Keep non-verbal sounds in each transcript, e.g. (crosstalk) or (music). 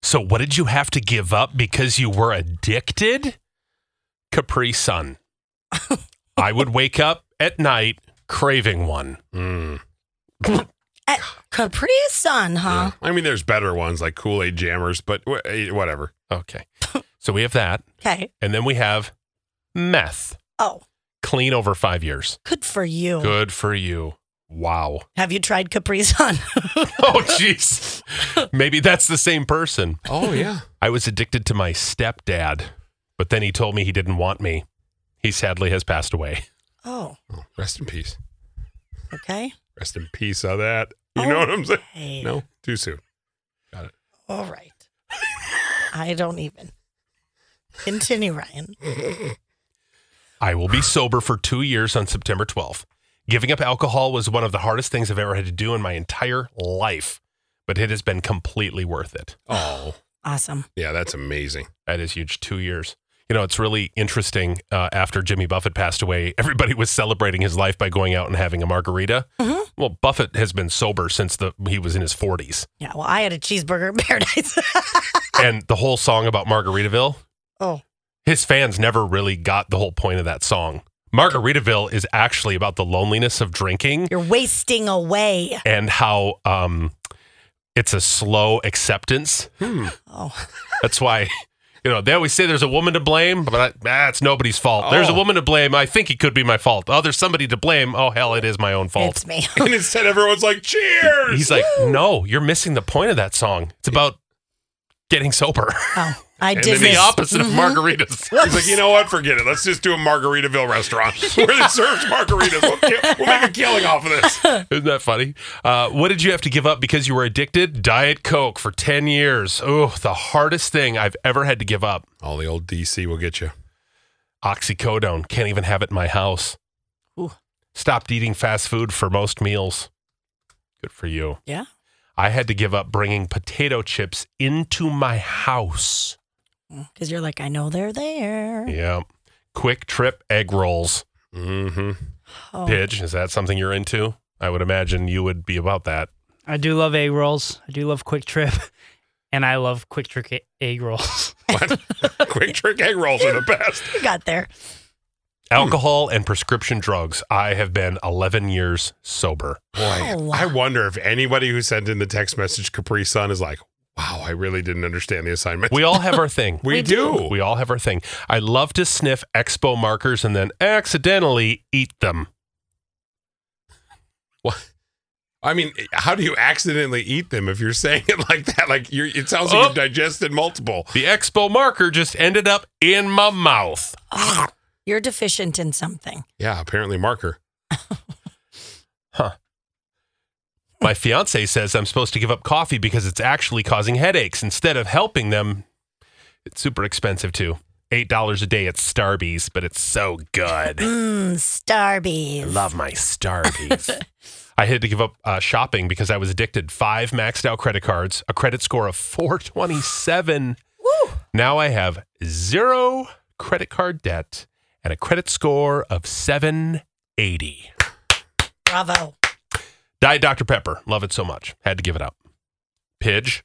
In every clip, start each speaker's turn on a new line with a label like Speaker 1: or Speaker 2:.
Speaker 1: So, what did you have to give up because you were addicted? Capri
Speaker 2: (laughs)
Speaker 1: Sun. I would wake up at night craving one. Mm.
Speaker 3: At Capri Sun, huh?
Speaker 2: I mean, there's better ones like Kool Aid Jammers, but wh- eh, whatever.
Speaker 1: Okay. So, we have that.
Speaker 3: Okay.
Speaker 1: And then we have meth.
Speaker 3: Oh,
Speaker 1: Clean over five years.
Speaker 3: good for
Speaker 2: Oh.
Speaker 3: you.
Speaker 1: Good for you. Wow.
Speaker 3: Have you tried Capri Sun? (laughs)
Speaker 1: (laughs) Oh, jeez. Maybe that's the same person.
Speaker 2: Oh yeah.
Speaker 1: I was addicted to my stepdad, but then he told me he didn't want me. He sadly has passed away.
Speaker 3: oh,
Speaker 2: Oh, rest in peace.
Speaker 3: okay.
Speaker 2: Rest in peace on that.
Speaker 1: Oh.
Speaker 2: You know what I'm saying?
Speaker 3: Okay.
Speaker 2: No, too soon.
Speaker 3: All right. I don't even. Continue, Ryan.
Speaker 1: I will be sober for two years on September 12th. Giving up alcohol was one of the hardest things I've ever had to do in my entire life, but it has been completely worth it.
Speaker 2: Oh,
Speaker 3: Awesome.
Speaker 2: yeah, that's amazing.
Speaker 1: That is huge. Two years. You know, it's really interesting. Uh, after Jimmy Buffett passed away, (laughs) everybody was celebrating his life by going out and having a margarita.
Speaker 3: Mhm.
Speaker 1: Well, Buffett has been sober since the he was in his 40s,
Speaker 3: Yeah, well, I had a cheeseburger in paradise. (laughs)
Speaker 1: and the whole song about Margaritaville.
Speaker 3: oh,
Speaker 1: his fans never really got the whole point of that song. Margaritaville is actually about the loneliness of drinking
Speaker 3: you're wasting away.
Speaker 1: and how um, it's a slow acceptance.
Speaker 2: Hmm.
Speaker 3: Oh,
Speaker 1: That's why, you know, they always say there's a woman to blame, but I, ah, it's nobody's fault. There's a
Speaker 2: Oh.
Speaker 1: woman to blame. I think it could be my fault. Oh, there's somebody to blame. Oh, hell, it is my own fault.
Speaker 3: it's me.
Speaker 2: (laughs) and instead, everyone's like, "Cheers!"
Speaker 1: He's
Speaker 2: (laughs)
Speaker 1: like, no, you're missing the point of that song. It's about getting sober.
Speaker 3: Oh, I
Speaker 1: And
Speaker 3: did
Speaker 1: then the
Speaker 3: miss-
Speaker 1: opposite of margaritas.
Speaker 2: He's like, you know what? Forget it. Let's just do a Margaritaville restaurant (laughs) where they serves margaritas. We'll, kill- we'll make a killing off of this.
Speaker 1: (laughs) Isn't that funny? Uh, what did you have to give up because you were addicted? Diet Coke for 10 years. Oh, the hardest thing I've ever had to give up.
Speaker 2: All the old DC will get you.
Speaker 1: Oxycodone. Can't even have it in my house.
Speaker 3: Ooh.
Speaker 1: Stopped eating fast food for most meals. Good for you.
Speaker 3: Yeah.
Speaker 1: I had to give up bringing potato chips into my house.
Speaker 3: Because Mm, you're like, I know they're there.
Speaker 1: Yeah. Quick trip egg rolls.
Speaker 2: Mm-hmm.
Speaker 3: Oh.
Speaker 1: Pidge, is that something you're into? I would imagine you would be about that.
Speaker 4: I do love egg rolls. I do love Quick Trip, (laughs) and I love Quick Trip e- egg rolls. (laughs)
Speaker 2: What? Quick trick egg rolls are the best.
Speaker 3: You got there.
Speaker 1: Alcohol and prescription drugs. I have been 11 years sober.
Speaker 2: (laughs) Boy,
Speaker 3: Oh, Wow.
Speaker 2: I wonder if anybody who sent in the text message Capri Sun is like, "Wow, I really didn't understand the assignment."
Speaker 1: We all have our thing.
Speaker 2: (laughs) We do.
Speaker 1: We all have our thing. I love to sniff expo markers and then accidentally eat them.
Speaker 2: I mean, how do you accidentally eat them if you're saying it (laughs) like that? Like you're, it sounds like
Speaker 1: Oh.
Speaker 2: you've digested multiple.
Speaker 1: The expo marker just ended up in my mouth.
Speaker 3: Oh, you're deficient in something.
Speaker 2: Yeah, apparently marker.
Speaker 1: My fiance says I'm supposed to give up coffee because it's actually causing headaches instead of helping them. It's super expensive too. $8 a day at Starbucks, but it's so good.
Speaker 3: Mmm, Starbies.
Speaker 1: I love my Starbucks. I had to give up uh, shopping because I was addicted. Five maxed out credit cards, a credit score of 427.
Speaker 3: Woo.
Speaker 1: Now I have zero credit card debt and a credit score of 780.
Speaker 3: Bravo.
Speaker 1: Diet Dr. Pepper. Love it so much. Had to give it up. Pidge,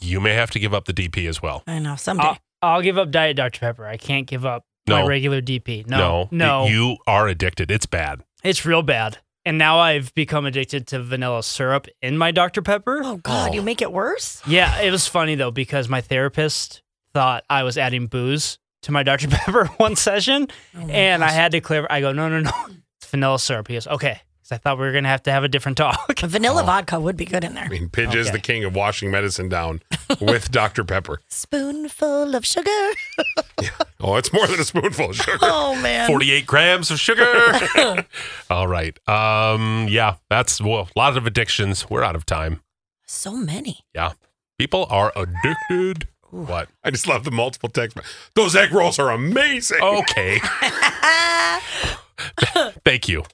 Speaker 1: you may have to give up the DP as well.
Speaker 3: I know. Someday.
Speaker 4: I'll, I'll give up Diet Dr Pepper. I can't give up
Speaker 1: No.
Speaker 4: my regular DP. No,
Speaker 1: y- You are addicted. It's bad.
Speaker 4: it's real bad. And now I've become addicted to vanilla syrup in my Dr Pepper.
Speaker 3: oh, God.
Speaker 1: Oh.
Speaker 3: You make it worse?
Speaker 4: Yeah, it was funny though because my therapist thought I was adding booze to my Dr (laughs) Pepper one session,
Speaker 3: Oh my
Speaker 4: and I
Speaker 3: gosh.
Speaker 4: had to clear. I go, no, no, no, it's vanilla syrup. He goes, okay, because I thought we were gonna have to have a different (laughs) talk.
Speaker 3: Vanilla vodka would be good in there.
Speaker 2: I mean, Pidge is
Speaker 4: Okay.
Speaker 2: the king of washing
Speaker 3: (laughs)
Speaker 2: medicine down with Dr. Pepper.
Speaker 3: Spoonful of sugar. (laughs)
Speaker 2: Oh, it's more than a spoonful of sugar.
Speaker 3: Oh, man.
Speaker 1: 48 grams of
Speaker 4: (laughs)
Speaker 1: sugar. All right. uh, Um, yeah, that's well, a lot of addictions. We're out of time.
Speaker 3: So many.
Speaker 1: Yeah. People are addicted. What?
Speaker 2: I just love the multiple text. me-
Speaker 4: (laughs)
Speaker 2: Those egg rolls are amazing.
Speaker 1: Okay. Thank you.